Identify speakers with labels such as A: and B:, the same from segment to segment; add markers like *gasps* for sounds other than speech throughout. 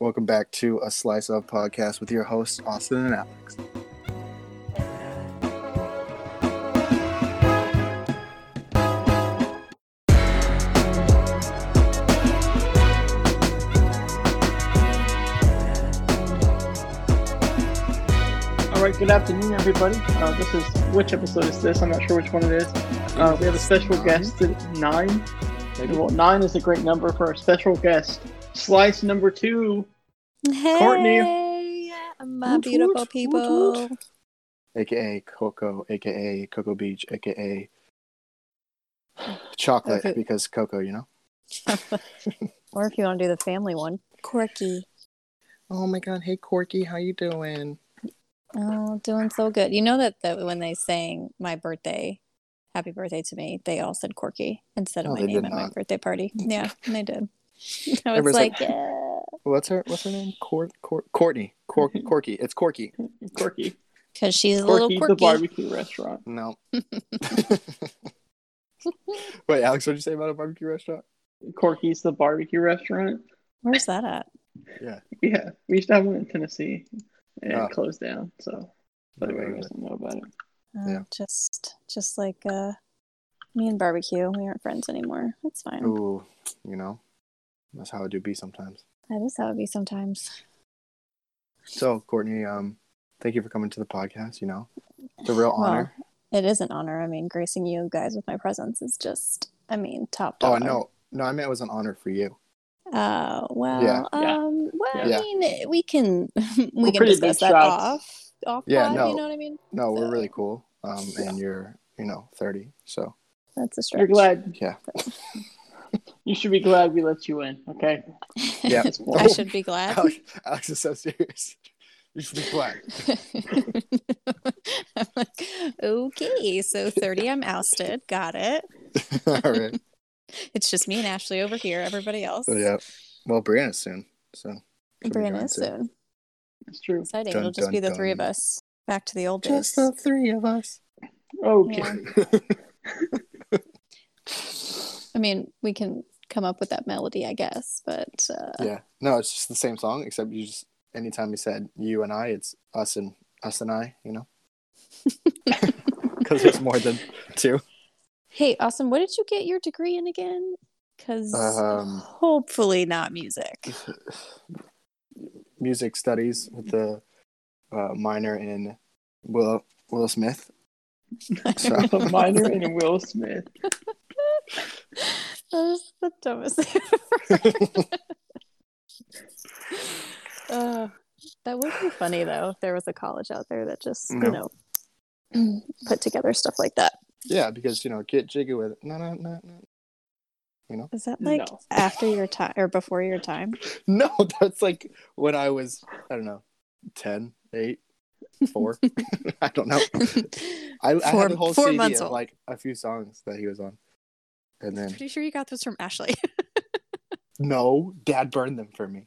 A: Welcome back to a Slice of Podcast with your hosts, Austin and Alex.
B: All right, good afternoon, everybody. Uh, this is which episode is this? I'm not sure which one it is. Uh, we have a special guest at nine. Well, nine is a great number for our special guest. Slice number two.
C: Hey,
B: Courtney.
C: my
B: Woot,
C: beautiful
B: woot, woot,
C: people.
B: woot.
A: AKA Coco, AKA Cocoa Beach, AKA Chocolate,
C: Okay.
A: because Coco, you know?
C: Or if you want to do the family one, Corky.
A: Oh my god, hey Corky, how you doing?
C: Oh, doing so good. You know that, that when they sang my birthday, happy birthday to me, they all said Corky instead of
A: No,
C: my
A: they
C: name
A: did
C: at my
A: not.
C: birthday party. Yeah, and they did. *laughs* I was
A: Everybody's
C: like,
A: like-
C: yeah,
A: What's her what's her name? Court Court Courtney. *laughs* Cor- Corky. It's Corky.
B: Corky.
C: because she's a little
B: Corky, the
C: quirky.
B: barbecue restaurant.
A: *laughs* No. Wait, Alex, what'd you say about a barbecue restaurant?
B: Corky's the barbecue restaurant.
C: Where's that at?
B: Yeah, we used to have one in Tennessee, and
A: Ah.
B: it closed down. So, but everybody doesn't know about it.
C: Uh,
A: Yeah.
C: Just, just like uh, me and barbecue, we aren't friends anymore. That's fine.
A: Ooh, you know. That's how it do be sometimes.
C: That is how it be sometimes.
A: So, Courtney, um, thank you for coming to the podcast. You know, it's a real
C: Well,
A: honor. Oh,
C: It is an honor. I mean, gracing you guys with my presence is just, I mean, top
A: oh,
C: dollar.
A: no, no, I meant it was an honor for you.
C: Uh, well,
A: Yeah.
B: Yeah.
C: um, well,
A: Yeah.
C: I mean, we can *laughs* we
B: We're
C: can
B: pretty
C: discuss
B: big
C: that
B: shots.
C: off off.
A: Yeah,
C: pod,
A: no.
C: you know what I mean.
A: No, we're
C: So-
A: really cool. Um, and you're, you know, 30. So,
C: That's a stretch.
B: You're glad.
A: yeah.
B: *laughs* You should be glad we let you in. Okay.
A: Yeah.
C: *laughs*
A: Oh,
C: I should be glad.
A: *laughs* Alex, Alex is so serious. *laughs* You should be glad. *laughs*
C: *laughs* I'm like, okay, so 30, I'm ousted. Got it.
A: All right.
C: It's just me and Ashley over here. Everybody else,
A: So, Oh, yeah. Well, Brianna's soon. So, she'll be
C: Brianna
A: joining
C: is
A: too.
C: soon.
B: It's true.
C: Exciting.
A: Dun,
C: It'll just
A: dun,
C: be the three of
A: dun.
C: us. Back to the old
A: Just
C: days.
A: the three of us.
B: Okay.
C: Yeah.
A: *laughs*
C: I mean, we can come up with that melody, I guess, but uh,
A: yeah. No, it's just the same song, except you just, anytime you said you and I, it's us and us and I, you know?
C: *laughs*
A: Because there's more than two.
C: hey, awesome. What did you get your degree in again? Because
A: Um,
C: hopefully
A: *laughs*
C: not music.
A: music studies with the uh, minor in Will Will Smith. So,
B: *laughs* A minor and Will Smith.
C: *laughs* That is the dumbest thing I've
A: *laughs*
C: ever. uh, that would be funny though. If there was a college out there that just
A: No.
C: you know *clears throat* put together stuff like that.
A: yeah, because you know, get jiggy with it. No, no, no, no.
C: Is that like
B: No.
C: after your time or before your time?
A: No, *laughs* that's like when I was I don't know, 10, 8,
C: *laughs*
A: 4. *laughs* I don't know. I, I
C: Four-
A: had a whole
C: four
A: CD
C: months
A: of
C: old.
A: like a few songs that he was on. And then
C: Pretty sure you got this from Ashley. *laughs*
A: no, dad burned them for me.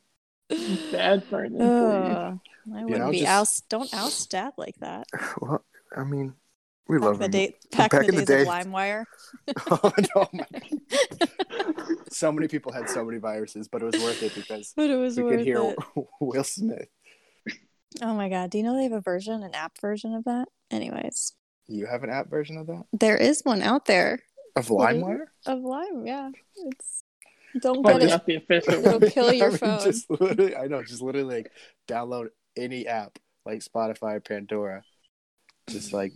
B: Bad for an employee.
C: Ugh, I wouldn't
A: know,
C: be
A: just-
C: oust. Don't oust dad like that.
A: Well, I mean, we
C: Back in the day, back, in the days of LimeWire.
A: *laughs* oh, no, my- so many people had so many viruses, but it was worth it because
C: *laughs* But *laughs* it was
A: we
C: worth
A: could hear
C: it.
A: *laughs* Will Smith.
C: Oh my god! Do you know they have a version, an app version of that? Anyways,
A: You have an app version of that?
C: there is one out there
A: Of
C: What is
A: LimeWire?
C: of Lime. Yeah, it's don't
B: Probably
C: get it.
B: not the official
A: *laughs*
C: It'll
B: one.
C: kill your phone.
A: Just literally, I know, just literally like download any app like Spotify, Pandora. Just like,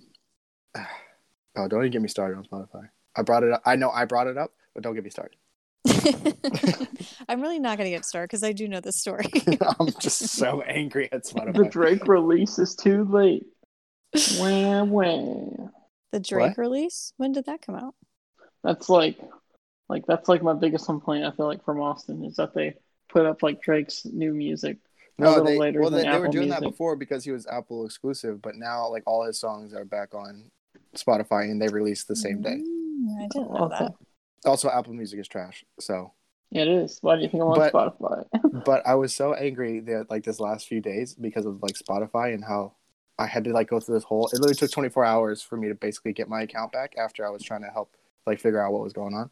A: *sighs* oh, don't even get me started on Spotify. I brought it up. I know I brought it up, but don't get me started.
C: *laughs*
A: *laughs*
C: I'm really not going to get started because I do know this
A: *laughs*
C: story.
A: I'm just so angry at
B: *laughs* The
A: Spotify.
B: Drake release is too late. Wham wham.
C: the Drake
A: What?
C: release. When did that come out?
B: That's like, like that's like my biggest complaint. I feel like from Austin is that they put up like Drake's new music. a
A: No,
B: little
A: they,
B: later
A: well,
B: than
A: they, they were
B: Apple
A: doing that
B: Music.
A: before because he was Apple exclusive, but now like all his songs are back on Spotify and they released the same day.
C: Mm, I didn't know
B: Okay.
C: that.
B: Mm-hmm.
A: Also, Apple Music is trash.
B: *sighs*
A: So,
B: Yeah, it is. Why do you think I'm on
A: But-
C: *laughs*
B: Spotify?
A: but I was so angry that like this last few days because of like Spotify and how I had to like go through this whole. It literally took 24 hours for me to basically get my account back after I was trying to help like figure out what was going on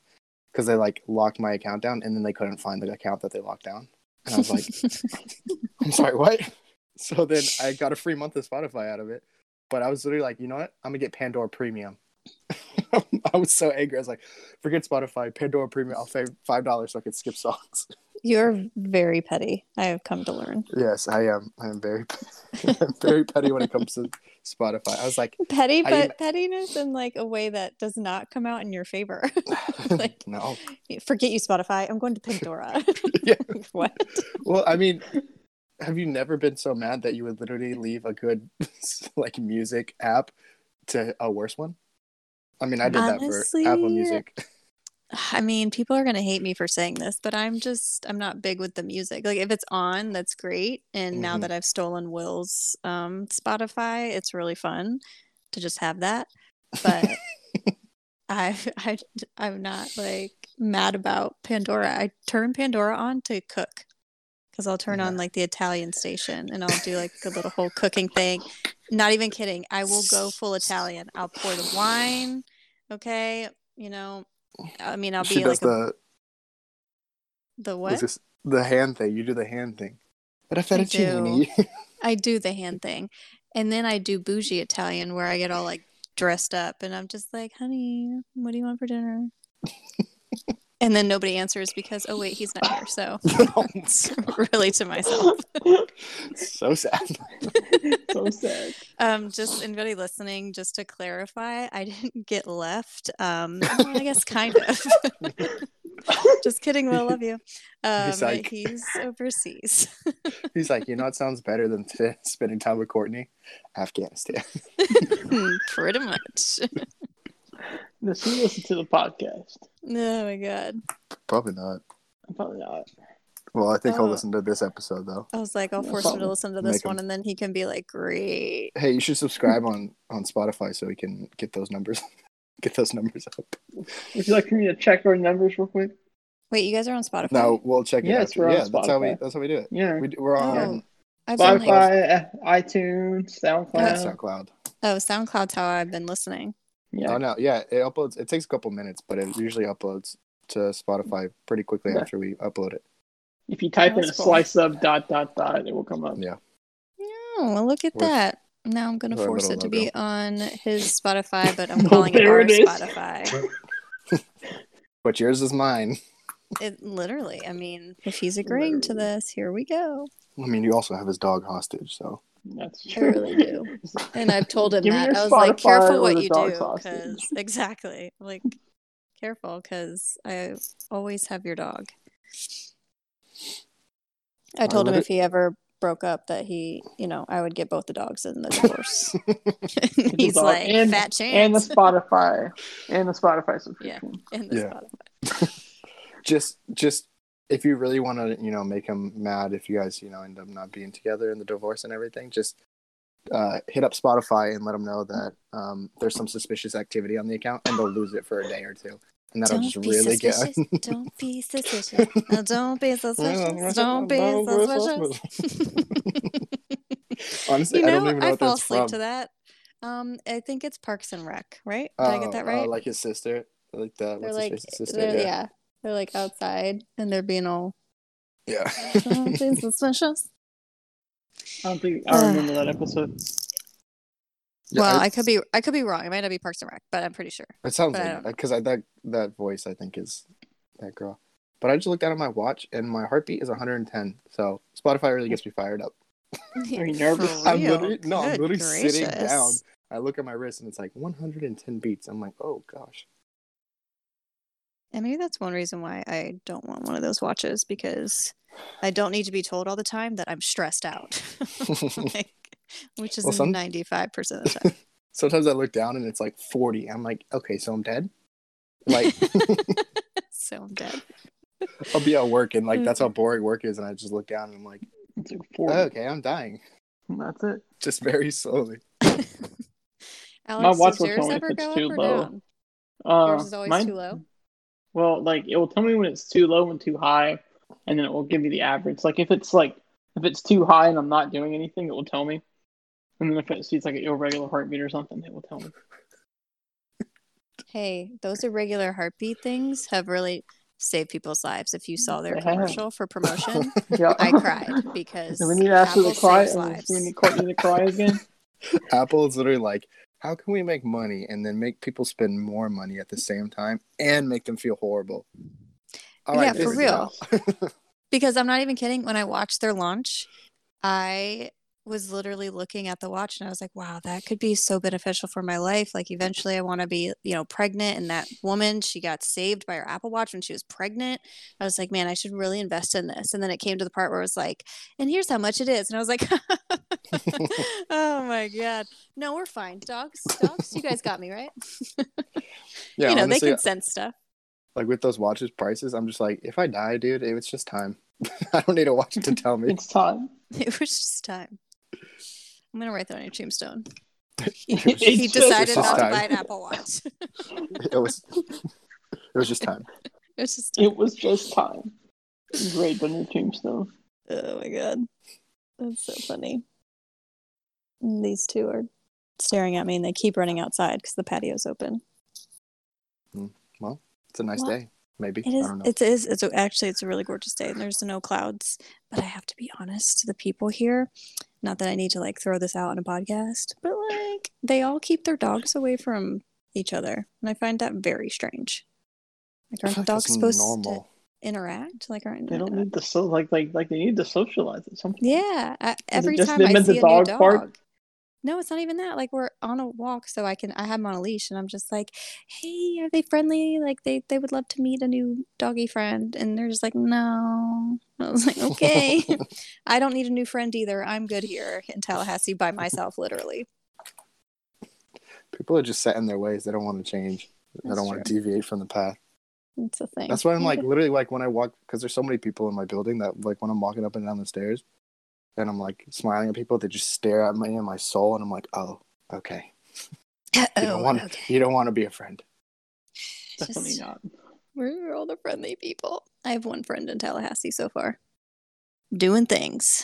A: because they like locked my account down and then they couldn't find the account that they locked down. And I was like, I'm sorry, what? *laughs* So then I got a free month of Spotify out of it. But I was literally like, you know what? I'm gonna get Pandora Premium. *laughs* I was so angry. I was like, forget Spotify, Pandora Premium. I'll pay five dollars so I can skip songs.
C: *laughs*
A: *laughs*
C: You're very petty. I have come to learn.
A: Yes, I am. I am very, *laughs* I'm very petty when it comes to Spotify. I was like, *laughs*
C: Petty,
A: I
C: but
A: am-
C: pettiness in like a way that does not come out in your favor. *laughs* Like-
A: no.
C: Forget you, Spotify. I'm going to Pandora.
A: *laughs* Yeah.
C: *laughs* what?
A: Well, I mean, have you never been so mad that you would literally leave a good *laughs* like music app to a worse one? I mean, I did
C: Honestly,
A: that for Apple Music.
C: I mean, people are going to hate me for saying this, but I'm just I'm not big with the music. Like if it's on, that's great. And now
A: Mhm.
C: that I've stolen Will's um Spotify, it's really fun to just have that. But I *laughs* I I'm not like mad about Pandora. I turn Pandora on to cook cuz I'll turn on
A: Yeah.
C: like the Italian station and I'll do like a little whole cooking thing. Not even kidding. I will go full Italian. I'll pour the wine, okay? You know, I
A: *laughs*
C: mean, I'll
A: she
C: be
A: does
C: like a-
A: the
C: the
A: was
C: what?
A: this, the hand thing. You do the hand thing. But I
C: do.
A: fettuccine. *laughs*
C: I do the hand thing. And then I do bougie Italian where I get all like dressed up and I'm just like, honey, what do you want for
A: *laughs*
C: dinner? and then nobody answers because, oh, wait, he's not
A: *laughs*
C: here. So
A: Oh,
C: *laughs* really to myself.
A: so sad.
B: so sad.
C: Um, just anybody listening, just to clarify, I didn't get left. Um, well, I guess kind of. *laughs* just kidding. Will love you. Um,
A: He's like-
C: he's
A: *laughs*
C: overseas. *laughs*
A: He's like, you know, it sounds better than t- *laughs* spending time with Courtney, Afghanistan. *laughs*
C: Pretty much.
B: Does he listen to the podcast?
C: Oh my god.
A: Probably not.
B: Probably not.
A: Well, I think
C: Oh.
A: I'll listen to this episode though.
C: I was like, I'll
B: No
C: force him to
B: problem.
C: listen to this
A: Make him-
C: one, and then he can be like, "Great."
A: Hey, you should subscribe on on Spotify so we can get those numbers, *laughs* get those numbers up.
B: Would you like for me to check our numbers real quick?
C: Wait, you guys are on Spotify?
A: No, we'll check it
B: Yes,
A: after.
B: we're on
A: yeah, that's how we
B: Spotify.
A: that's how we do it.
B: Yeah.
A: We, d- we're
C: Oh,
A: on
C: I've been, like-
B: Spotify, iTunes, SoundCloud.
A: yeah, SoundCloud.
C: oh, SoundCloud's how I've been listening.
A: Oh
B: Yeah.
A: no, yeah, it uploads. It takes a couple minutes, but it usually uploads to Spotify pretty quickly
B: Yeah.
A: after we upload it.
B: If you type in a
C: That's cool.
B: slice of dot dot dot, it will come up.
A: Yeah.
C: No, Oh, well, look at
A: We're-
C: that. Now I'm gonna
A: we're a
C: force
A: little
C: it to
A: no-go.
C: be on
A: *laughs*
C: his Spotify, but I'm
B: Oh,
C: calling it
B: there
C: our
B: it is.
C: Spotify.
A: But yours is mine.
C: It literally. I mean, if he's agreeing to this, here we go.
A: I mean, you also have his dog hostage, so *laughs*
B: That's
C: I
B: true.
C: really do. And I've told him
B: Give me
C: that.
B: your
C: I was like,
B: Spotify
C: careful
B: or
C: what
B: the
C: you
B: dog
C: do,
B: sausage."
C: because
B: *laughs*
C: exactly, like, careful, because I always have your dog. I
A: I
C: told him
A: love
C: if he ever broke up that he, you know, I would get both the
B: *laughs*
C: dogs in the divorce. And He's
B: dog
C: like,
B: and- *laughs*
C: fat
B: And the
C: chance.
B: Spotify. and the Spotify subscription.
C: And the
A: Yeah.
C: Spotify.
A: just just if you really want to, you know, make him mad, if you guys, you know, end up not being together in the divorce and everything, just uh, hit up Spotify and let them know that um, there's some suspicious activity on the account, and they'll lose it for a day or two, and that'll just really get.
C: suspicious. don't be suspicious. No, don't be suspicious. Don't be suspicious.
A: *laughs* Honestly, *laughs*
C: *laughs* You know,
A: I
C: I,
A: don't even know what
C: fall
A: that's
C: asleep
A: from.
C: to that. Um, I think it's Parks and Rec, right? Did
A: Oh,
C: I get that
A: oh,
C: right?
A: like his sister, like that.
C: they're
A: What's
C: like, uh,
A: his face? His sister?
C: they're, yeah.
A: *laughs*
C: they're like outside and they're being all "Oh,
A: yeah. *laughs*
C: don't be suspicious.
B: I don't think I remember that episode.
A: *laughs* Yeah,
C: *laughs* well,
A: I-
C: I could be, I could be wrong. It might not be Parks and Rec, but I'm pretty sure. *laughs*
A: It sounds
C: But I don't
A: like because I, that that voice I think is that girl. But I just looked down at my watch and my heartbeat is 110. So Spotify really gets me fired up.
B: Are you nervous?
A: *laughs*
C: For
A: I'm
C: real?
A: literally no, I'm
C: Good
A: literally sitting
C: gracious.
A: down. I look at my wrist and it's like 110 beats. I'm like, oh gosh. *laughs*
C: And maybe that's one reason why I don't want one of those watches because I don't need to be told all the time that I'm
A: *laughs*
C: stressed out, *laughs* like, which is
A: Well, some-
C: 95% of the time.
A: Sometimes I look down and it's like 40. I'm like, okay, so I'm dead. *laughs*
C: *laughs*
A: Like
C: so I'm dead.
A: I'll be at work and like that's
C: Mm.
A: how boring work is. And I just look down and I'm like,
B: It's like four.
A: okay, I'm dying, *laughs*
B: That's it.
A: just very slowly.
C: Alex,
B: watch
C: does
B: will
C: yours
B: tell me if
C: ever
B: it's
C: go up
B: too
C: or
B: low.
C: down?
B: Uh,
C: Yours is always
B: mine-
C: too low.
B: Well, like it will tell me when it's too low and too high, and then it will give me the average. Like if it's like if it's too high and I'm not doing anything, it will tell me. And then if it sees like an irregular heartbeat or something, it will tell me.
C: Hey, those irregular heartbeat things have really save people's lives. If you saw their
B: They have. *laughs*
C: commercial for promotion,
B: Yeah.
C: *laughs*
B: *laughs*
C: I cried because
B: Do we need to ask you
C: Apple
B: to cry?
C: saves
B: Do
C: lives.
B: we need Courtney to cry again?
A: Apple is literally like, how can we make money and then make people spend more money at the same time and make them feel horrible? All
C: *laughs* Yeah,
A: right,
C: for
A: there we
C: real.
A: go.
C: because I'm not even kidding. When I watched their launch, I was literally looking at the watch and I was like, wow, that could be so beneficial for my life. Like, eventually, I want to be, you know, pregnant. And that woman, she got saved by her Apple Watch when she was pregnant. I was like, man, I should really invest in this. And then it came to the part where it was like, and here's how much it is. And I
A: *laughs*
C: was like, *laughs* oh my God. No, we're fine. Dogs, dogs, you guys got me, right?
A: Yeah,
C: *laughs* you know,
A: honestly,
C: they can sense stuff. *laughs*
A: like with those watches prices, I'm just like, if I die, dude, it was just time. *laughs* I don't need a watch to tell me.
B: It's time.
C: It was just time. I'm going to write that on your tombstone.
A: It was,
C: he
B: It's just-
C: decided
A: it's
C: not
A: just
C: to
A: time.
C: buy an Apple *laughs* Watch.
A: it was, it was just time.
C: it's just,
B: It was just time. Engraved on your tombstone.
C: oh my god, that's so funny. And These two are staring at me, and they keep running outside because the patio's open.
A: It's a nice
C: What?
A: day, maybe.
C: It is.
A: I don't know.
C: It is. It's a- actually. It's a really gorgeous day, and there's no clouds. But I have to be honest, the people here. Not that I need to like throw this out on a podcast, but like they all keep their dogs away from each other, and I find that very strange. Like,
A: I
C: aren't
A: feel like
C: dogs
A: that's
C: supposed
A: normal.
C: to interact? Like, aren't
B: They don't need to so like like like they need to socialize at some point.
C: Yeah, I, every
B: just
C: time
B: them
C: I
B: at the
C: see a new
B: dog
C: dog.
B: park?
C: No, it's not even that. Like we're on a walk, so I can I have them on a leash, and I'm just like, "Hey, are they friendly? Like they they would love to meet a new doggy friend." And they're just like, "No." *laughs* I was
B: *laughs*
C: like, "Okay, *laughs* I don't need a new friend either. I'm good here in Tallahassee by myself, literally."
A: People are just set in their ways. They don't want to change. they
C: That's
A: don't want to deviate from the path.
C: It's a thing.
A: That's why I'm
C: You
A: like
C: *laughs* could-
A: literally like when I walk because there's so many people in my building that like when I'm walking up and down the stairs, and I'm like smiling at people, they just stare at me in my soul, and I'm like, oh, okay. You
C: Oh,
A: don't want to.
B: *laughs*
C: okay.
A: You don't want to be a friend.
B: Definitely
C: Just-
B: not.
C: We're all the friendly people. I have one friend in Tallahassee so far, doing things,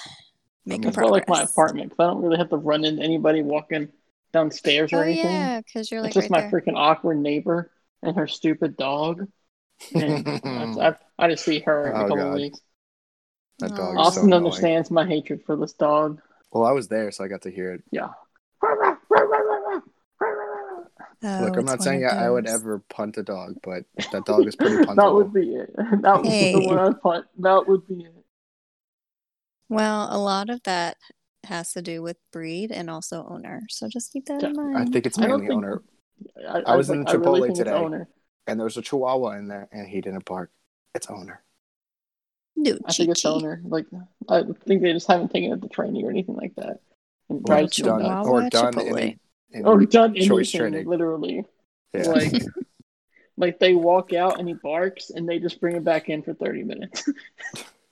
A: mean,
C: making
B: It's
A: it's
C: progress.
B: not like my apartment 'cause I don't really have to run into anybody walking downstairs or
C: Oh
B: anything.
C: yeah, because you're like
B: it's just my
C: right there.
B: freaking awkward neighbor and her stupid dog. And that's-
A: *laughs*
B: I, I just see her every
A: Oh,
B: couple
A: God.
B: of weeks.
A: That dog
C: Aw.
A: is so
B: Austin
A: annoying.
B: understands my hatred for this dog. *laughs*
A: Well, I was there, so I got to hear it.
B: Yeah.
C: Oh,
A: Look, I'm
C: it's
A: not
C: one
A: saying
C: of
A: I, I would
C: those.
A: ever punt a dog, but that dog is pretty
B: *laughs* that would
A: puntable.
B: be it. That would be
C: Hey.
B: the one I punt. That would be it.
C: Well, a lot of that has to do with breed and also owner. So just keep that in mind.
A: I think it's
B: I don't
A: mainly
B: think-
A: owner.
B: I,
A: I was in
B: I really
A: Chipotle
B: think it's
A: today.
B: Owner.
A: And there was a Chihuahua in there, and he didn't bark. It's owner.
C: New
B: I think it's
C: Chi-Chi.
B: owner. Like I think they just haven't taken it to training or anything like that. And
A: Or
C: Right,
B: tried
A: it's
B: to
A: done.
C: Chihuahua,
A: Or done.
C: Chipotle.
A: In, in,
B: or done
A: Choice
B: anything
A: training.
B: literally.
A: yeah.
B: Oh, Like like they walk out and he barks and they just bring him back in for thirty minutes.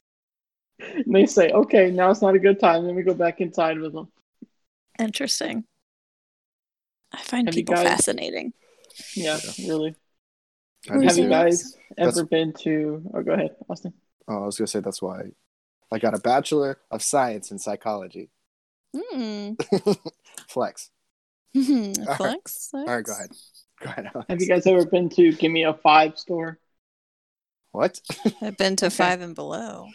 B: *laughs* and they say, Okay, now it's not a good time, then we go back inside with him.
C: Interesting. I find
B: Have you
C: people
B: guys-
C: fascinating.
B: Yeah, really.
A: *laughs* I do
C: Who's
B: Have
A: too.
B: you
C: it?
B: guys
A: That's-
B: ever been to oh go ahead, Austin.
A: Oh, I was gonna say that's why I got a bachelor of science in psychology.
C: *laughs* Mm.
A: *laughs* Flex.
C: Flex,
A: right.
C: flex.
A: All right, go ahead. Go ahead. Alex.
B: Have you guys ever been to Give Me a Five store?
A: What?
C: I've been to
B: Okay.
C: five and below.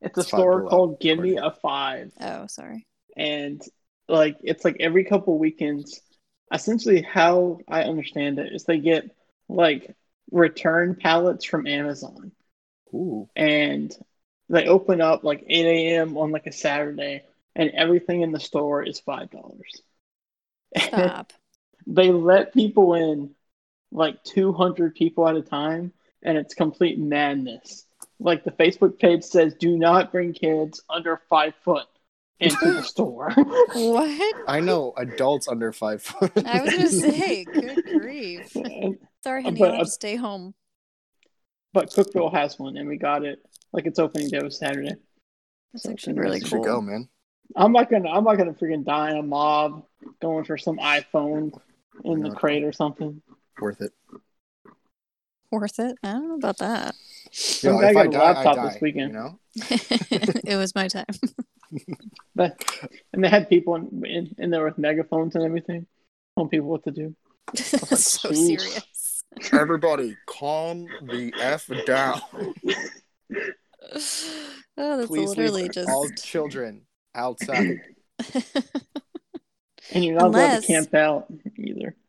B: It's a
A: It's Five
B: store
A: Below,
B: called Give Me a Five.
C: Oh, sorry.
B: and like it's like every couple weekends essentially how i understand it is they get like return pallets from amazon
A: Ooh.
B: and they open up like 8 a.m on like a saturday and everything in the store is five dollars
A: *laughs*
C: Stop.
B: they let people in like 200 people at a time and it's complete madness like the facebook page says do not bring kids under five foot into the store
C: what?
A: I know adults under five *laughs* foot.
C: I was gonna say, good grief.
B: And-
C: Sorry,
B: Uh,
C: honey,
B: but,
C: I'll have
B: uh,
C: to stay home.
B: But Cookville has one, and we got it. Like its opening day was Saturday.
C: That's
B: so it's
C: actually really
A: You
B: interesting.
A: should
C: cool.
A: go, man.
B: I'm not gonna. I'm not gonna freaking die in a mob going for some iPhone in the
A: Yeah.
B: crate or something.
A: Worth it.
C: Worth it? I don't know about that.
A: You know,
B: guy
A: if
B: got
A: I
B: a
A: die,
B: laptop
A: I die,
B: this weekend.
A: You know?
C: *laughs* it was
A: *laughs*
C: my time.
B: But and they had people in,
A: Oh,
B: in, in there with megaphones and everything, telling people what to do.
C: *laughs* That's so
B: "Jeez."
C: serious.
A: Everybody, calm the f down.
C: Oh, that's
A: Please
C: literally
A: leave
C: just.
A: all children outside.
B: And you're not allowed
C: Unless-
B: to camp out either.
C: *laughs*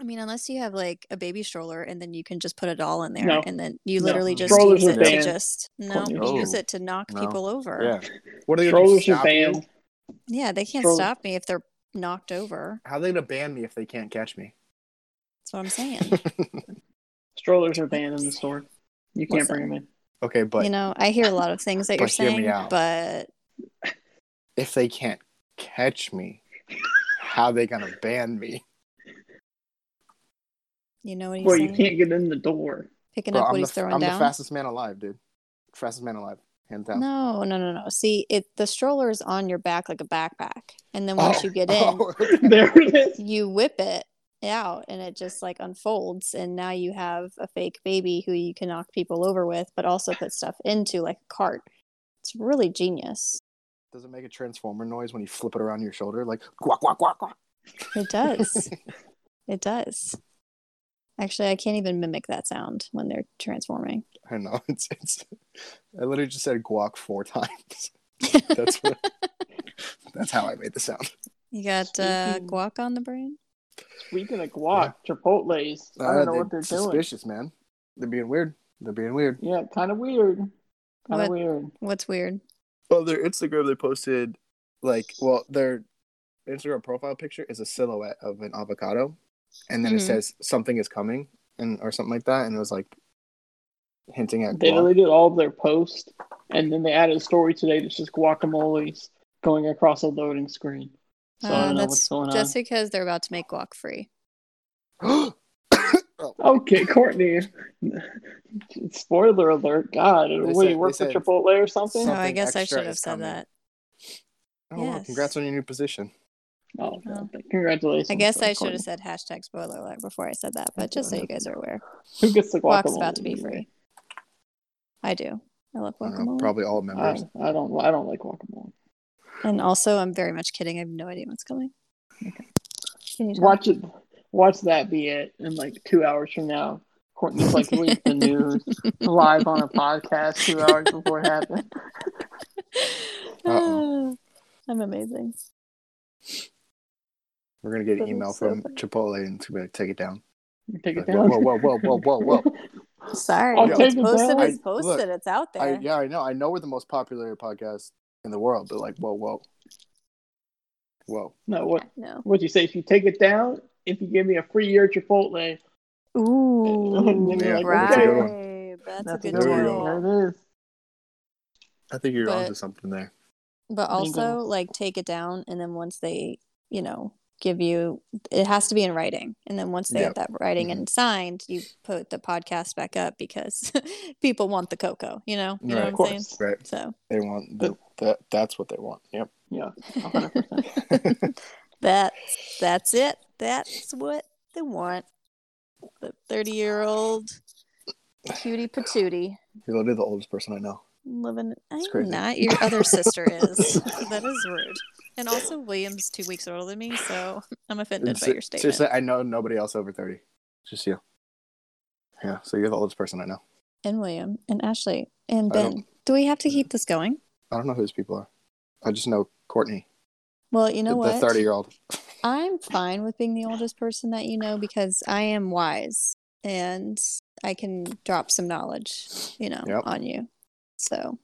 C: I mean, unless you have like a baby stroller and then you can just put a doll in there
B: No.
C: and then you
B: No.
C: literally just
B: Strollers
C: use
B: are
C: it to
B: banned.
C: just no,
B: Corners.
C: you use
A: Oh.
C: it to knock
A: No.
C: people over.
A: yeah. What are they going to
B: Strollers are
A: stop you?
B: banned.
C: Yeah, they can't
B: Stroll-
C: stop me if they're knocked over.
A: How are they going to ban me if they can't catch me? *laughs*
C: That's what I'm saying.
B: Strollers are banned in the store. You can't
C: Listen.
B: bring them in.
A: Okay, *laughs* but
C: you know, I hear a lot of things that
A: But
C: you're
A: hear me
C: saying,
A: out.
C: but
A: if they can't catch me, how they going to ban me?
C: you know what he's
B: Well, you
C: saying.
B: can't get in the door. *laughs*
C: Picking
A: Bro,
C: up what
A: I'm,
C: he's
A: the,
C: throwing
A: I'm the
C: down.
A: fastest man alive, dude. Fastest man alive, hands down.
C: No, no, no, no. See, it the stroller is on your back like a backpack, and then once
A: Oh. *laughs*
C: you get in,
A: Oh,
B: there it is.
C: you whip it out, and it just like unfolds, and now you have a fake baby who you can knock people over with, but also put stuff into like a cart. It's really genius.
A: Does it make a transformer noise when you flip it around your shoulder? Like, guac, guac, guac, guac.
B: *laughs*
C: It does. it does. Actually, I can't even mimic that sound when they're transforming.
A: I don't know. *laughs* It's, it's, I literally just said guac four times. *laughs* That's what, that's how I made the sound.
C: You got uh,
B: Speaking-
C: guac on the brain.
B: Speaking of guac, Chipotle's. I don't know
A: Uh, they're
B: what they're doing.
A: suspicious, man. They're being weird. They're being weird.
B: Yeah, kind of weird. Kind
C: What?
B: of weird.
C: What's weird?
A: Well, their Instagram, they posted like, well, their Instagram profile picture is a silhouette of an avocado, and then
C: Mhm.
A: it says something is coming, and or something like that, and it was like hinting at *gasps*
B: They
A: guac.
B: deleted all of their posts, and then they added a story today that's just guacamoles going across a loading screen. So I
C: Uh,
B: don't know
C: that's
B: what's going
C: just because they're about to make guac free.
A: Oh.
B: on. Okay, Courtney. *laughs* Spoiler alert. God,
A: They
B: what,
A: said-
B: you work
A: they
B: for
A: said-
B: Chipotle or something?
C: So Oh, I
A: Something
C: guess I
A: extra
C: should have
A: is
C: said
A: coming.
C: that.
A: Oh, well,
C: Yes.
A: congrats on your new position.
B: Oh,
C: Well,
B: congratulations.
C: I guess I should
B: Courtney.
C: have said hashtag spoiler alert before I said that, but just so you guys are aware,
B: Who gets the guacamole?
C: guac's about to be free. I do. I love
A: I don't know,
C: guacamole. Oh,
A: probably all
B: I,
A: members.
B: I don't. I don't like guacamole.
C: And also, I'm very much kidding. I have no idea what's coming. Can you tell?
B: Watch it. Watch that be it. And like two hours from now, Courtney's like leaked the
C: *laughs*
B: news live on a podcast two hours before it happened.
A: Uh-oh.
C: *sighs* I'm amazing.
A: We're gonna get an
C: Doesn't
A: email
C: say
A: from
C: that.
A: Chipotle and to be like, *laughs* take it down.
B: You Take it
A: Like,
B: down.
A: Whoa, whoa, whoa, whoa, whoa,
C: *laughs*
A: whoa, whoa.
C: Sorry.
B: I'll
C: It's
B: take it
C: posted.
B: down.
C: It's
A: I-
C: posted.
A: look,
C: it's out there.
A: I, yeah, I know. I know we're the most popular podcast in the world, but like, whoa, whoa, whoa.
B: *laughs* No, what?
C: No.
B: What'd you say? If you take it down, if you give me a free year at Chipotle,
A: *laughs*
C: Ooh.
B: then
A: Yeah,
B: you're like,
A: that's a good one.
B: okay,
C: right. That's,
B: that's
C: a
A: a
C: good
A: good one.
C: one.
B: There it is.
A: I think you're
C: But-
A: onto something there.
C: But
B: Bingo.
C: also, like, take it down, and then once they, you know, give you, it has to be in writing, and then once they
A: Yeah.
C: have that writing
B: Mm-hmm.
C: and signed, you put the podcast back up because *laughs* people want the cocoa. You know, you know
A: Right.
B: Of
C: what I'm saying.
B: course.
A: Right?
C: So
A: They want the, that. That's what they want. Yep.
B: Yeah. 100%.
C: *laughs* that's that's it. That's what they want. The thirty-year-old cutie patootie
A: You're literally the oldest person I know.
C: living. I'm
A: crazy.
C: not. Your other sister
B: *laughs*
C: is. that is rude. And also, William's two weeks older than me, so I'm offended by your statement.
A: Seriously, I know nobody else over thirty. It's just you. Yeah. So you're the oldest person I know.
C: and William and Ashley and
A: I don't-
C: Ben. Do we have to keep this going?
A: I don't know who these people are. I just know Courtney,
C: Well, you know
A: the
C: what?
A: thirty-year-old.
C: I'm fine with being the oldest person that you know because I am wise and I can drop some knowledge, you know,
A: Yep.
C: on you. So,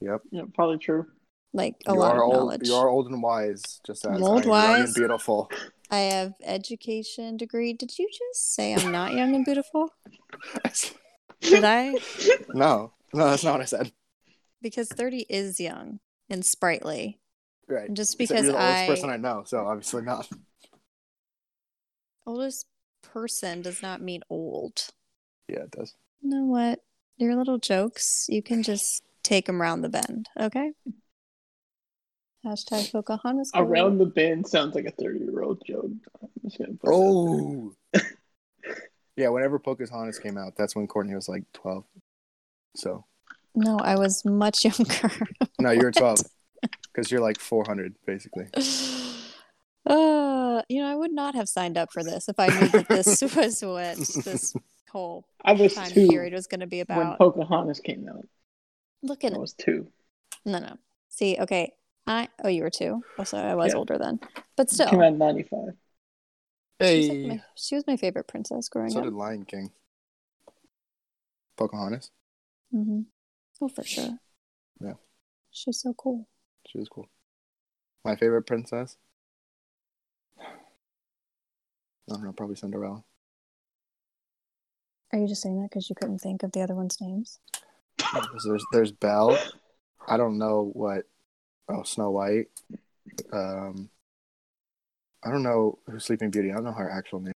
B: yeah, probably true.
C: like a
A: You
C: lot
A: are
C: of
A: old.
C: knowledge.
A: You are old and wise, just as
C: I'm
A: I am young
C: old,
A: and
C: wise.
A: beautiful. *laughs*
C: I have education degree. Did you just say I'm
A: *laughs*
C: not young and beautiful? Did I?
A: no, no, that's not what I said.
C: Because 30 is young and sprightly.
A: Right.
C: And just
A: Except
C: because
A: you're the oldest
C: I
A: person I know, so obviously not.
C: oldest person does not mean old.
A: Yeah, it does.
C: You know what? Your little jokes, you can just take them round the bend, okay? Hashtag Pocahontas. girl.
B: Around the bend sounds like a 30 year old joke. I'm just gonna put it out there.
A: Oh. *laughs* yeah, whenever Pocahontas came out, that's when Courtney was like 12. So,
C: No, I was much *laughs* younger. *laughs*
A: no, you were 12 because you're like 400, basically.
C: uh, you know, I would not have signed up for this if I knew
B: *laughs*
C: that this was what this whole
B: I was
C: time
B: two
C: period was going to be
B: when
C: about.
B: Pocahontas came out.
C: Look at
B: I was two.
C: no, no. See, okay, I oh, you were two. Also, I was
B: Yeah.
C: older then, but
B: It came out
C: still,
B: in '95.
C: she was, like,
A: Hey,
C: my, she was my favorite princess growing
A: so
C: up.
A: did Lion King. Pocahontas,
C: hmm Oh, for sure.
A: Yeah.
C: she's so cool.
A: she was cool. My favorite princess. I don't know, probably Cinderella.
C: Are you just saying that because you couldn't think of the other one's names?
A: There's- There's there's Belle. I don't know what. Oh, Snow White. Um, I don't know who Sleeping Beauty. I don't know her actual name.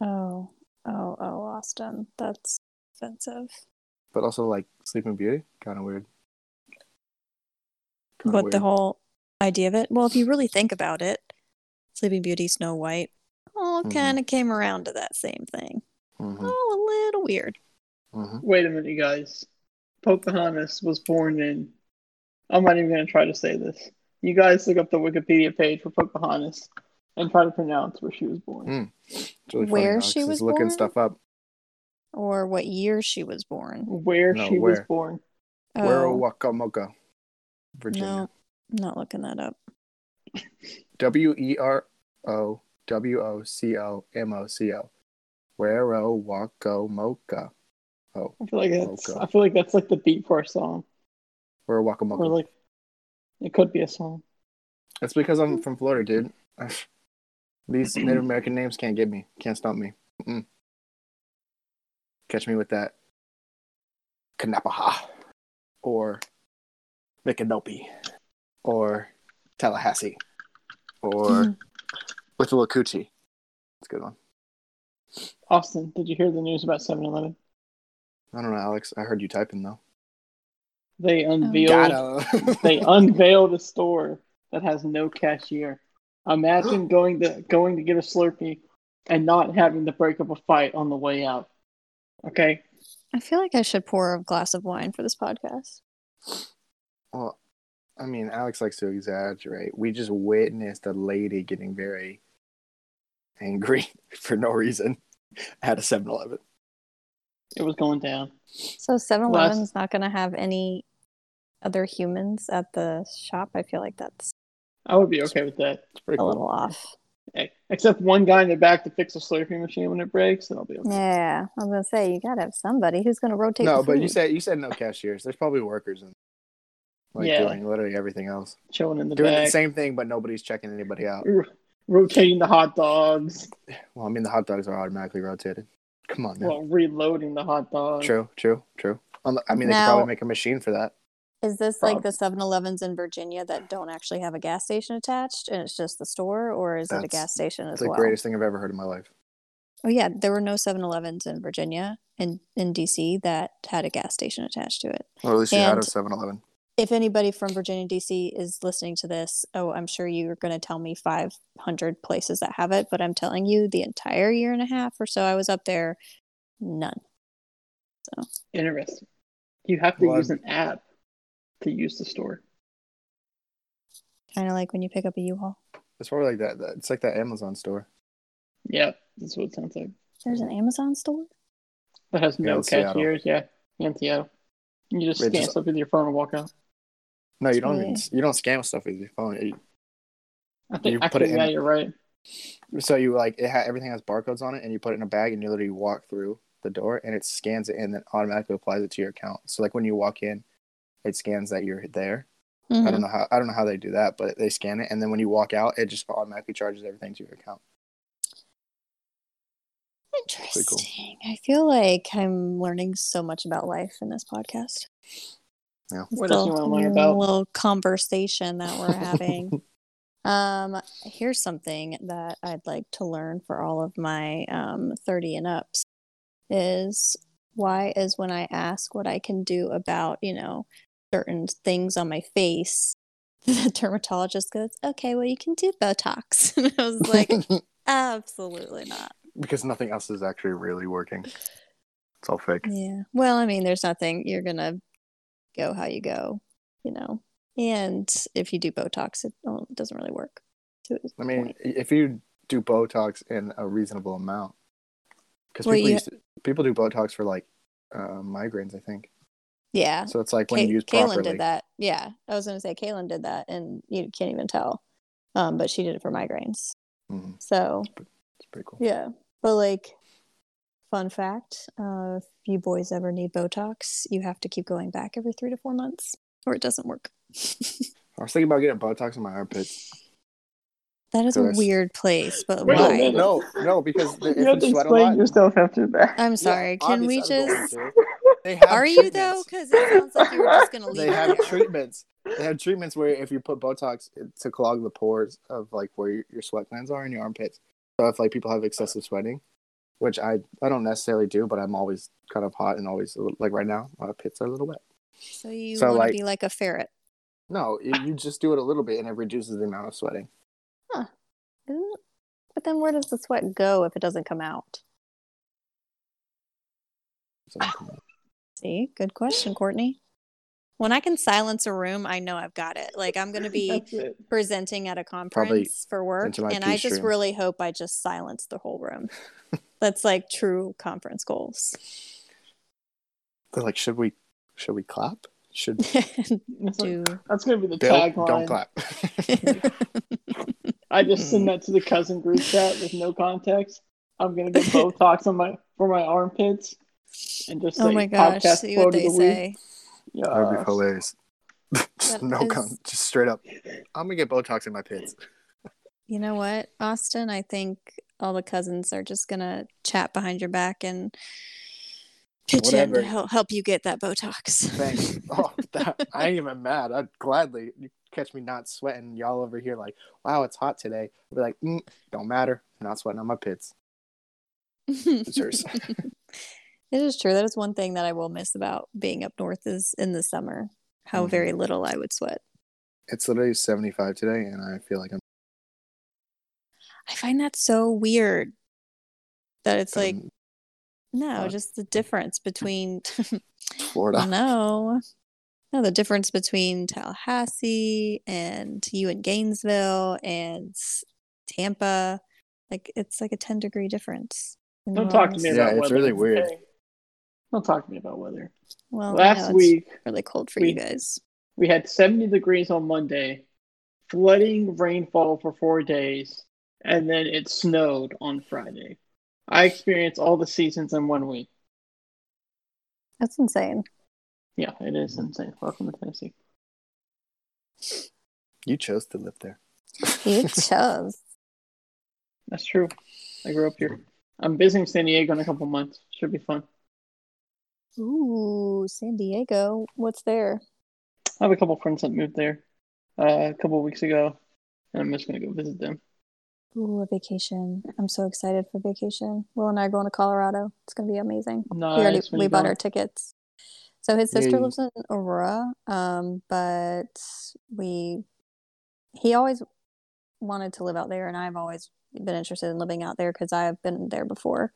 C: Oh, oh, oh, Austin. That's offensive.
A: But also like Sleeping Beauty, kind of weird. Kinda
C: but
A: weird.
C: the whole idea of it well if you really think about it sleeping beauty snow white all
A: Mhm.
C: kind of came around to that same thing
A: Mhm,
C: oh a little weird
A: mhm.
B: Wait a minute, you guys. Pocahontas was born in. I'm not even going to try to say this. You guys look up the Wikipedia page for Pocahontas and try to pronounce where she was born.
A: Mm. It's really funny
C: Where
A: now,
C: she
A: 'cause it's
C: was
A: looking
C: born?
A: stuff up.
C: or what year she was born
B: Where
A: No,
B: she was
A: where?
B: born.
C: oh
A: Werowakamoka, Virginia.
C: no not looking that up
A: W e r o w o c o m o c o. Werowakamoka.
B: I feel like that's.
A: Okay.
B: I feel like that's like the beat for a song, or
A: Werowakamoka.
B: like it could be a song.
A: That's because I'm from Florida, dude. *sighs* These Native American names can't get me. Can't stump me. Mm-mm. Catch me with that Kanapaha or Micanopy or Tallahassee or Little Coochie. That's a good one.
B: Austin, did you hear the news about 7-Eleven?
A: I don't know, Alex. I heard you typing though.
B: They unveiled.
A: Got him.
B: they unveiled a store that has no cashier.
A: *gasps*
B: Imagine going to going to get a Slurpee and not having to break up a fight on the way out. Okay,
C: i feel like i should pour a glass of wine for this podcast
A: Well, I mean, Alex likes to exaggerate. We just witnessed a lady getting very angry *laughs* for no reason at a 7 Eleven.
B: it was going down.
C: so 7-eleven is not going to have any other humans at the shop i feel like that's
B: I would be okay with that,
A: It's pretty
C: a
A: cool.
C: little off
B: Hey, except one guy in the back to fix a Slurpee machine when it breaks, and I'll be okay.
C: yeah i was going to say you got to have somebody who's going to rotate
A: No,
C: the
A: but you
C: food.
A: said you said no cashiers. There's probably workers in like
B: Yeah.
A: doing literally everything else.
B: chilling in the
A: Doing
B: back,
A: the same thing but nobody's checking anybody out.
B: ro- rotating the hot dogs,
A: Well, I mean the hot dogs are automatically rotated. Come on now.
B: well, reloading the hot dogs.
A: true, true, true. On the- I mean they
C: um, Now-
A: could probably make a machine for that.
C: Is this like the
B: Prob-
C: 7-Elevens in Virginia that don't actually have a gas station attached and it's just the store or is it a
A: That's-
C: gas station as
A: It's the
C: well?
A: greatest thing I've ever heard in my life.
C: Oh yeah, there were no 7-Elevens in Virginia and in DC that had a gas station attached to it.
A: Or at least you had a
C: And-
A: 7 Eleven.
C: If anybody from Virginia DC is listening to this, oh, I'm sure you're going to tell me 500 places that have it, but I'm telling you the entire year and a half or so I was up there none.
B: Interesting. You have to
A: Well,
B: use
A: I'm-
B: an app to use the store.
C: Kind of like when you pick up a U-Haul.
A: It's probably like that. that- It's like that Amazon store.
B: Yeah, that's what it sounds like.
C: There's an Amazon store?
B: That has
A: Yeah,
B: no
A: in Seattle.
B: cashiers, yeah. In Seattle. You just
A: They
B: scan
A: just-
B: stuff with your phone and walk out.
A: No, you don't even
C: Really?
A: you don't scan stuff with your phone. You-
B: I think
A: You put
B: actually,
A: it in-
B: yeah, you're right.
A: So you like it ha- everything has barcodes on it, and you put it in a bag, and you literally walk through the door, and it scans it, and then automatically applies it to your account. So like when you walk in, it scans that you're there.
C: Mm-hmm.
A: I don't know how I don't know how they do that, but they scan it, and then when you walk out, it just automatically charges everything to your account.
C: Interesting.
A: Pretty cool.
C: I feel like I'm learning so much about life in this podcast.
A: Yeah.
C: It's
B: What else
C: the
B: you wanna learn about?
C: Little conversation that we're
B: *laughs*
C: having. um, here's something that I'd like to learn for all of my um, 30 and ups is why is when I ask what I can do about you know certain things on my face, *laughs* the dermatologist goes, "Okay, well you can do Botox," *laughs* and I was
B: *laughs*
C: like, "Absolutely not."
A: *laughs* because nothing else is actually really working. It's all fake.
C: Yeah. Well, I mean, there's nothing you're gonna go how you go, you know. And if you do Botox, it don't- doesn't really work. To his
A: I mean,
C: point.
A: if you do Botox in a reasonable amount. Because
C: Well,
A: people
C: you-
A: used to, people do Botox for like uh, migraines, I think.
C: Yeah.
A: So it's like when
C: Ka-
A: you use
C: Uh, Kaylin
A: properly.
C: did that. Yeah. I was going to say Kaylin did that, and you can't even tell. Um, but she did it for migraines.
A: Mhm.
C: So,
A: It's pretty cool.
C: yeah. But, like, fun fact uh, if you boys ever need Botox, you have to keep going back every three to four months, or it doesn't work. *laughs*
A: I was thinking about getting Botox in my armpits.
C: That is a
A: Gross.
C: weird place, but
B: Wait a
C: why?
B: minute.
A: No, no, *laughs* because the, if
B: you have to
A: you sweat a lot,
B: explain yourself after that. *laughs*
C: I'm
A: Yeah,
C: sorry. Can we
A: obviously I'm going
C: just.
A: to. They have
C: Are you, though?
A: treatments.
C: Because it sounds like you were just going to
A: *laughs*
C: leave
A: They
C: it
A: have
C: there.
A: treatments. They have treatments where if you put Botox it- to clog the pores of like where your, your sweat glands are in your armpits. So if like people have excessive sweating, which I I don't necessarily do, but I'm always kind of hot and always a little- like right now my pits are a little wet.
C: So you
A: So,
C: want
A: like-
C: to be like a ferret.
A: No, you, you just do it a little bit and it reduces the amount of sweating.
C: Ooh, But then where does the sweat go if it doesn't come out?
A: So,
C: See,
A: *gasps*
C: good question, Courtney. When I can silence a room, I know I've got it. Like I'm going
A: *laughs*
C: to be
B: That's it.
C: presenting at a conference for work,
A: into my
C: and
A: pee
C: I just
A: stream.
C: really hope I just silence the whole room.
A: *laughs*
C: That's like true conference *laughs* goals.
A: they're like, should we should we clap?
B: *laughs*
A: Should
B: That's, what-
C: *laughs* Do
B: that's gonna be the
A: Bill
B: tagline.
A: don't clap?
C: *laughs*
A: *laughs* Hmm.
B: I just send that to the cousin group chat with no context. I'm gonna get Botox on my for my armpits and just say
C: oh my gosh,
B: podcast
C: see
B: quote
C: what
B: of
C: they
B: the week.
C: say.
B: Yeah.
A: that would be hilarious. *laughs* just
C: Uh, That
A: no,
C: is-
A: con- just straight up. I'm gonna get Botox in my pits.
C: You know what, Austin? I think all the cousins are just gonna chat behind your back and pitch
A: Whatever.
C: in to hel- help you get that Botox. *laughs*
A: Thanks. Oh, that, I ain't even mad. I'd gladly you catch me not sweating. Y'all over here like, wow, it's hot today. I'd be like, mm, don't matter. I'm not sweating on my pits. It's
C: *laughs*
A: yours.
C: It is true. That is one thing that I will miss about being up north is in the summer how
A: Mhm.
C: very little I would sweat.
A: it's literally 75 today, and I feel like I'm
C: I find that so weird that it's like
A: in
C: no,
A: uh,
C: just the difference between *laughs*
A: Florida.
C: mm. no. No, the difference between Tallahassee and you in Gainesville and s- Tampa, like it's like a 10 degree difference. in
B: Don't
C: all
B: talk to
C: this-
B: me
A: Yeah,
B: about
A: it's
B: weather.
A: really weird.
B: okay? Don't talk to me about weather.
C: Well, I know
B: Last
C: it's
B: week
C: really cold for
B: we-
C: you guys.
B: we had 70 degrees on Monday, flooding rainfall for four days, and then it snowed on Friday. I experienced all the seasons in one week.
C: That's insane.
B: Yeah, it is insane. Welcome to Tennessee.
A: You chose to live there.
B: *laughs*
C: You chose.
B: That's true. I grew up here. I'm visiting San Diego in a couple months. Should be fun.
C: Ooh, San Diego. What's there?
B: I have a couple friends that moved there uh, a couple weeks ago, and I'm just gonna go visit them.
C: Ooh, a vacation. I'm so excited for vacation. Will and I are going to Colorado. It's going to be amazing.
B: Nice.
C: we already
B: when
C: we
B: you
C: bought
B: go.
C: our tickets. So his sister
A: Yay.
C: lives in Aurora, um, but we he always wanted to live out there, and I've always been interested in living out there because I've been there before.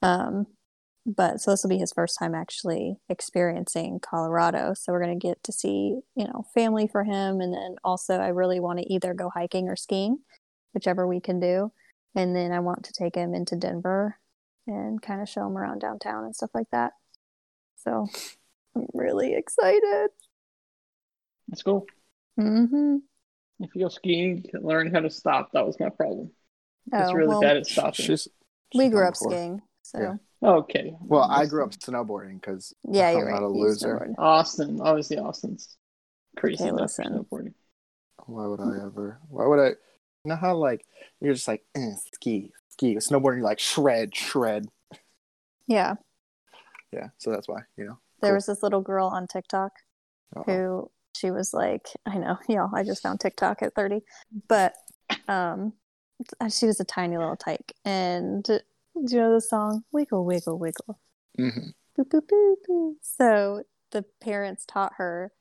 C: Um, but so this will be his first time actually experiencing Colorado. So we're going to get to see you know family for him, and then also I really want to either go hiking or skiing, whichever we can do, and then I want to take him into Denver and kind of show them around downtown and stuff like that. So I'm really excited.
B: Let's go.
C: Mm-hmm.
B: If you go skiing, learn how to stop. That was my problem. It's
C: Oh,
B: really
C: well,
B: bad at stopping.
A: She's,
C: we
A: she's
C: grew
A: done
C: up
A: before.
C: skiing, so
A: Yeah.
C: yeah,
B: Okay.
A: Well, I grew up snowboarding because I'm
C: you're right.
A: not a
C: You
A: loser.
C: snowboard.
B: Austin, obviously Austin's crazy
C: Okay,
B: enough for
C: listen.
B: snowboarding.
A: why would I ever? Why would I? You know how like you're just like eh, ski, ski. With Snowboarding, you're like shred, shred.
C: Yeah,
A: Yeah, so that's why you know. Cool.
C: there
A: Uh-huh.
C: was this little girl on TikTok
A: Uh-oh.
C: who she was like, I know, *laughs* y'all, I just found TikTok at 30, but um, she was a tiny little tyke, and do you know the song "Wiggle, Wiggle, Wiggle"?
A: Mhm.
C: boop, boop, boop, boop. So the parents taught her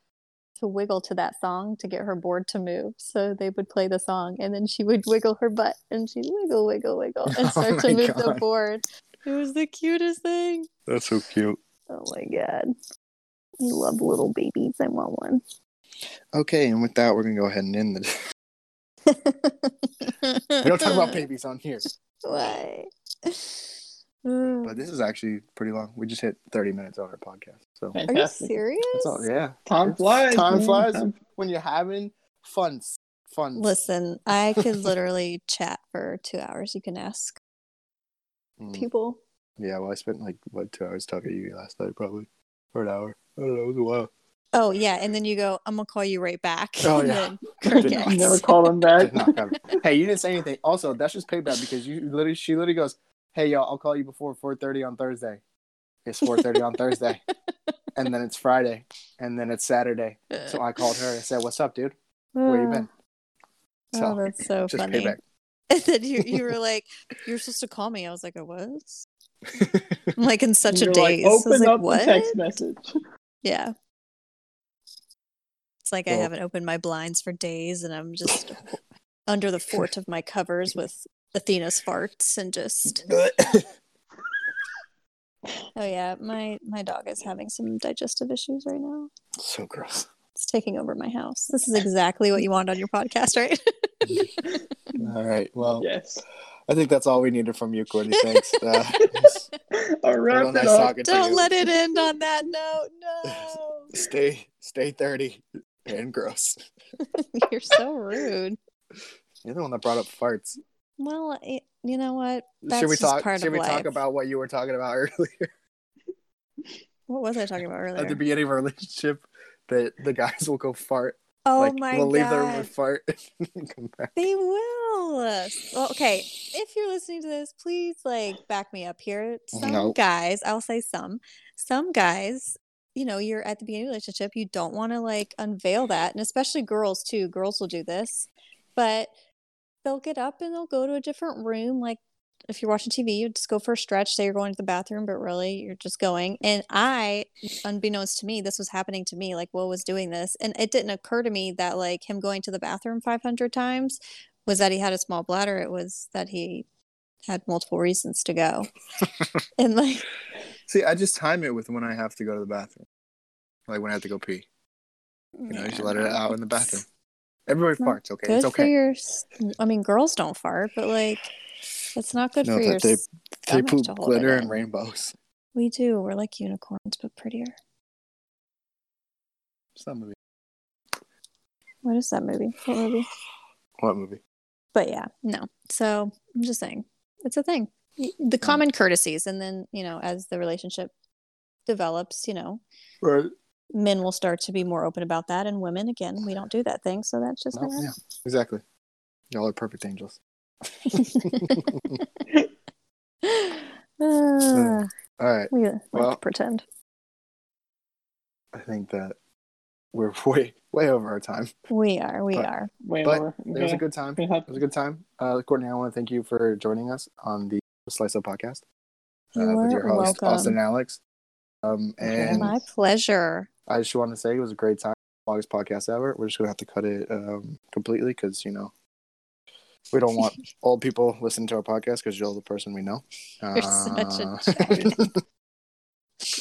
C: to wiggle to that song to get her board to move. So they would play the song and then she would wiggle her butt and she'd wiggle,
A: *laughs*
C: wiggle, wiggle
A: Oh
C: and start
A: my
C: to move the
A: God.
C: board. It was the cutest thing.
A: That's so cute.
C: Oh my God. I love little babies. I want one.
A: Okay, and with that, we're gonna go ahead and end the. *laughs* We don't talk
C: *laughs*
A: about babies on here.
C: Why?
A: But this is actually pretty long. We just hit 30 minutes on our podcast. So
C: Are you
B: Fantastic.
C: serious?
A: that's all. Yeah.
B: Time flies.
A: Time
B: man.
A: flies
B: Time-
A: when you're having fun. Fun.
C: Listen, I could literally chat for two hours. You can ask
A: Mm.
C: people.
A: Yeah. Well, I spent like, what, two hours talking to you last night, probably. Or an hour. I don't know. It was a while.
C: Oh yeah, and then you go. I'm gonna call you right back.
A: Oh,
C: and
A: yeah.
B: *laughs*
C: then
A: Did
B: You
C: crickets. *laughs*
B: never call them back.
A: Did not cover. hey, you didn't say anything. Also, that's just payback because you literally, she literally goes, "Hey, y'all, I'll call you before 4:30 on Thursday." It's 4:30 on
C: *laughs*
A: Thursday, and then it's Friday, and then it's Saturday. So I called her and said, "What's up, dude? Where you been?" So
C: oh, that's so
A: just
C: funny.
A: payback.
C: *laughs* And then you, you were like, "You're supposed to call me." I was like, "I was." I'm like in such a
B: You're like,
C: daze. I was
B: Open
C: like,
B: up
C: "What?"
B: the text message.
C: Yeah. It's like I
A: Well-
C: haven't opened my blinds for days, and I'm
B: *laughs*
C: just under the fort of my covers with Athena's farts and just.
A: *laughs*
C: Oh yeah, my my dog is having some digestive issues right now.
A: so gross.
C: It's taking over my house. This is exactly what you want on your podcast, right?
A: All right. Well,
B: Yes. *laughs*
A: I think that's all we needed from you, Courtney.
C: *laughs*
A: Thanks. Uh,
B: I'll wrap
A: real
B: it
A: nice
B: up.
A: talking to
C: Don't
A: you. *laughs*
C: let it end on that note. No.
A: Stay, stay 30 and gross.
C: You're so rude.
A: You're the one that brought up farts.
C: Well, it, you know what? That's
A: should we
C: just
A: talk?
C: part
A: Should
C: of
A: we
C: life.
A: talk about what you were talking about earlier? *laughs*
C: What was I talking about earlier?
A: at the beginning of our relationship that the guys will go fart.
C: oh
A: like,
C: my
A: we'll
C: god.
A: leave the room and fart. *laughs* and come back. *laughs*
C: They will. Well, okay. If you're listening to this, please like back me up here. Some
A: No.
C: guys, I'll say some, some guys, you know, you're at the beginning of a relationship, you don't want to like unveil that. And especially girls too. Girls will do this, but they'll get up and they'll go to a different room. Like if you're watching TV, you just go for a stretch, say you're going to the bathroom, but really you're just going. And I, unbeknownst to me, this was happening to me. Like Will was doing this. And it didn't occur to me that like him going to the bathroom 500 times was that he had a small bladder. It was that he had multiple reasons
A: *laughs*
C: to go. and like,
A: See, I just time it with when I have to go to the bathroom. Like when I have to go pee. You know, just
C: yeah,
A: let it
C: no.
A: out in the bathroom. Everybody
C: Well,
A: farts, okay?
C: Good
A: It's
C: for
A: okay.
C: your. s- I mean, girls don't fart, but like, it's not good
A: No,
C: for
A: but
C: your.
A: they-
C: s- stomach to hold it in.
A: rainbows. *laughs*
C: We do. We're like unicorns, but prettier.
A: Some movie.
C: What is that movie? What movie?
A: What movie?
C: But yeah, no. So I'm just saying, it's a thing. Y- The common courtesies, and then you know, as the relationship develops, you know,
A: Right.
C: men will start to be more open about that, and women, again, we don't do that thing, so that's just.
A: No,
C: gonna
A: Oh, yeah, exactly. Y'all are perfect angels.
C: Ah,
A: All right.
C: we like
A: Well-
C: to pretend.
A: I think that we're *laughs* way, way over our time.
C: We are. We
A: But-
C: are.
B: Way
A: But
B: over.
A: It was a good time.
B: We had-
A: It was a good time. Uh, Courtney, I want to thank you for joining us on the Slice Up podcast uh,
C: You
A: with
C: are
A: your host,
C: welcome.
A: Austin and Alex. Um, and
C: My pleasure.
A: I just want to say it was a great time. Longest podcast ever. We're just going to have to cut it um, completely because, you know, we don't
C: *laughs*
A: want old people listening to our podcast because you're the person we know.
C: You're such a
A: Uh, *laughs*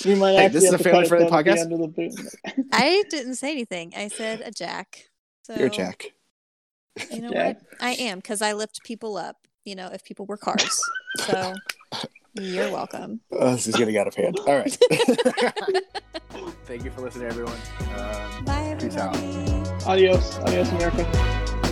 B: We might
A: Hey,
B: actually
A: this is
B: have
A: a
B: to cut it
A: family-friendly
B: down at the
A: podcast.
B: end of the boot.
C: I didn't say anything. I said a jack. So
A: You're Jack.
C: You know
B: Jack.
C: what? I am because I lift people up. You know, if people were cars.
A: *laughs*
C: So you're welcome.
A: Oh, this is getting out of hand. All
C: *laughs*
A: right. *laughs* thank you for listening, everyone. Um,
C: Bye,
A: Peace out.
C: everybody.
B: Adios. Adios, America.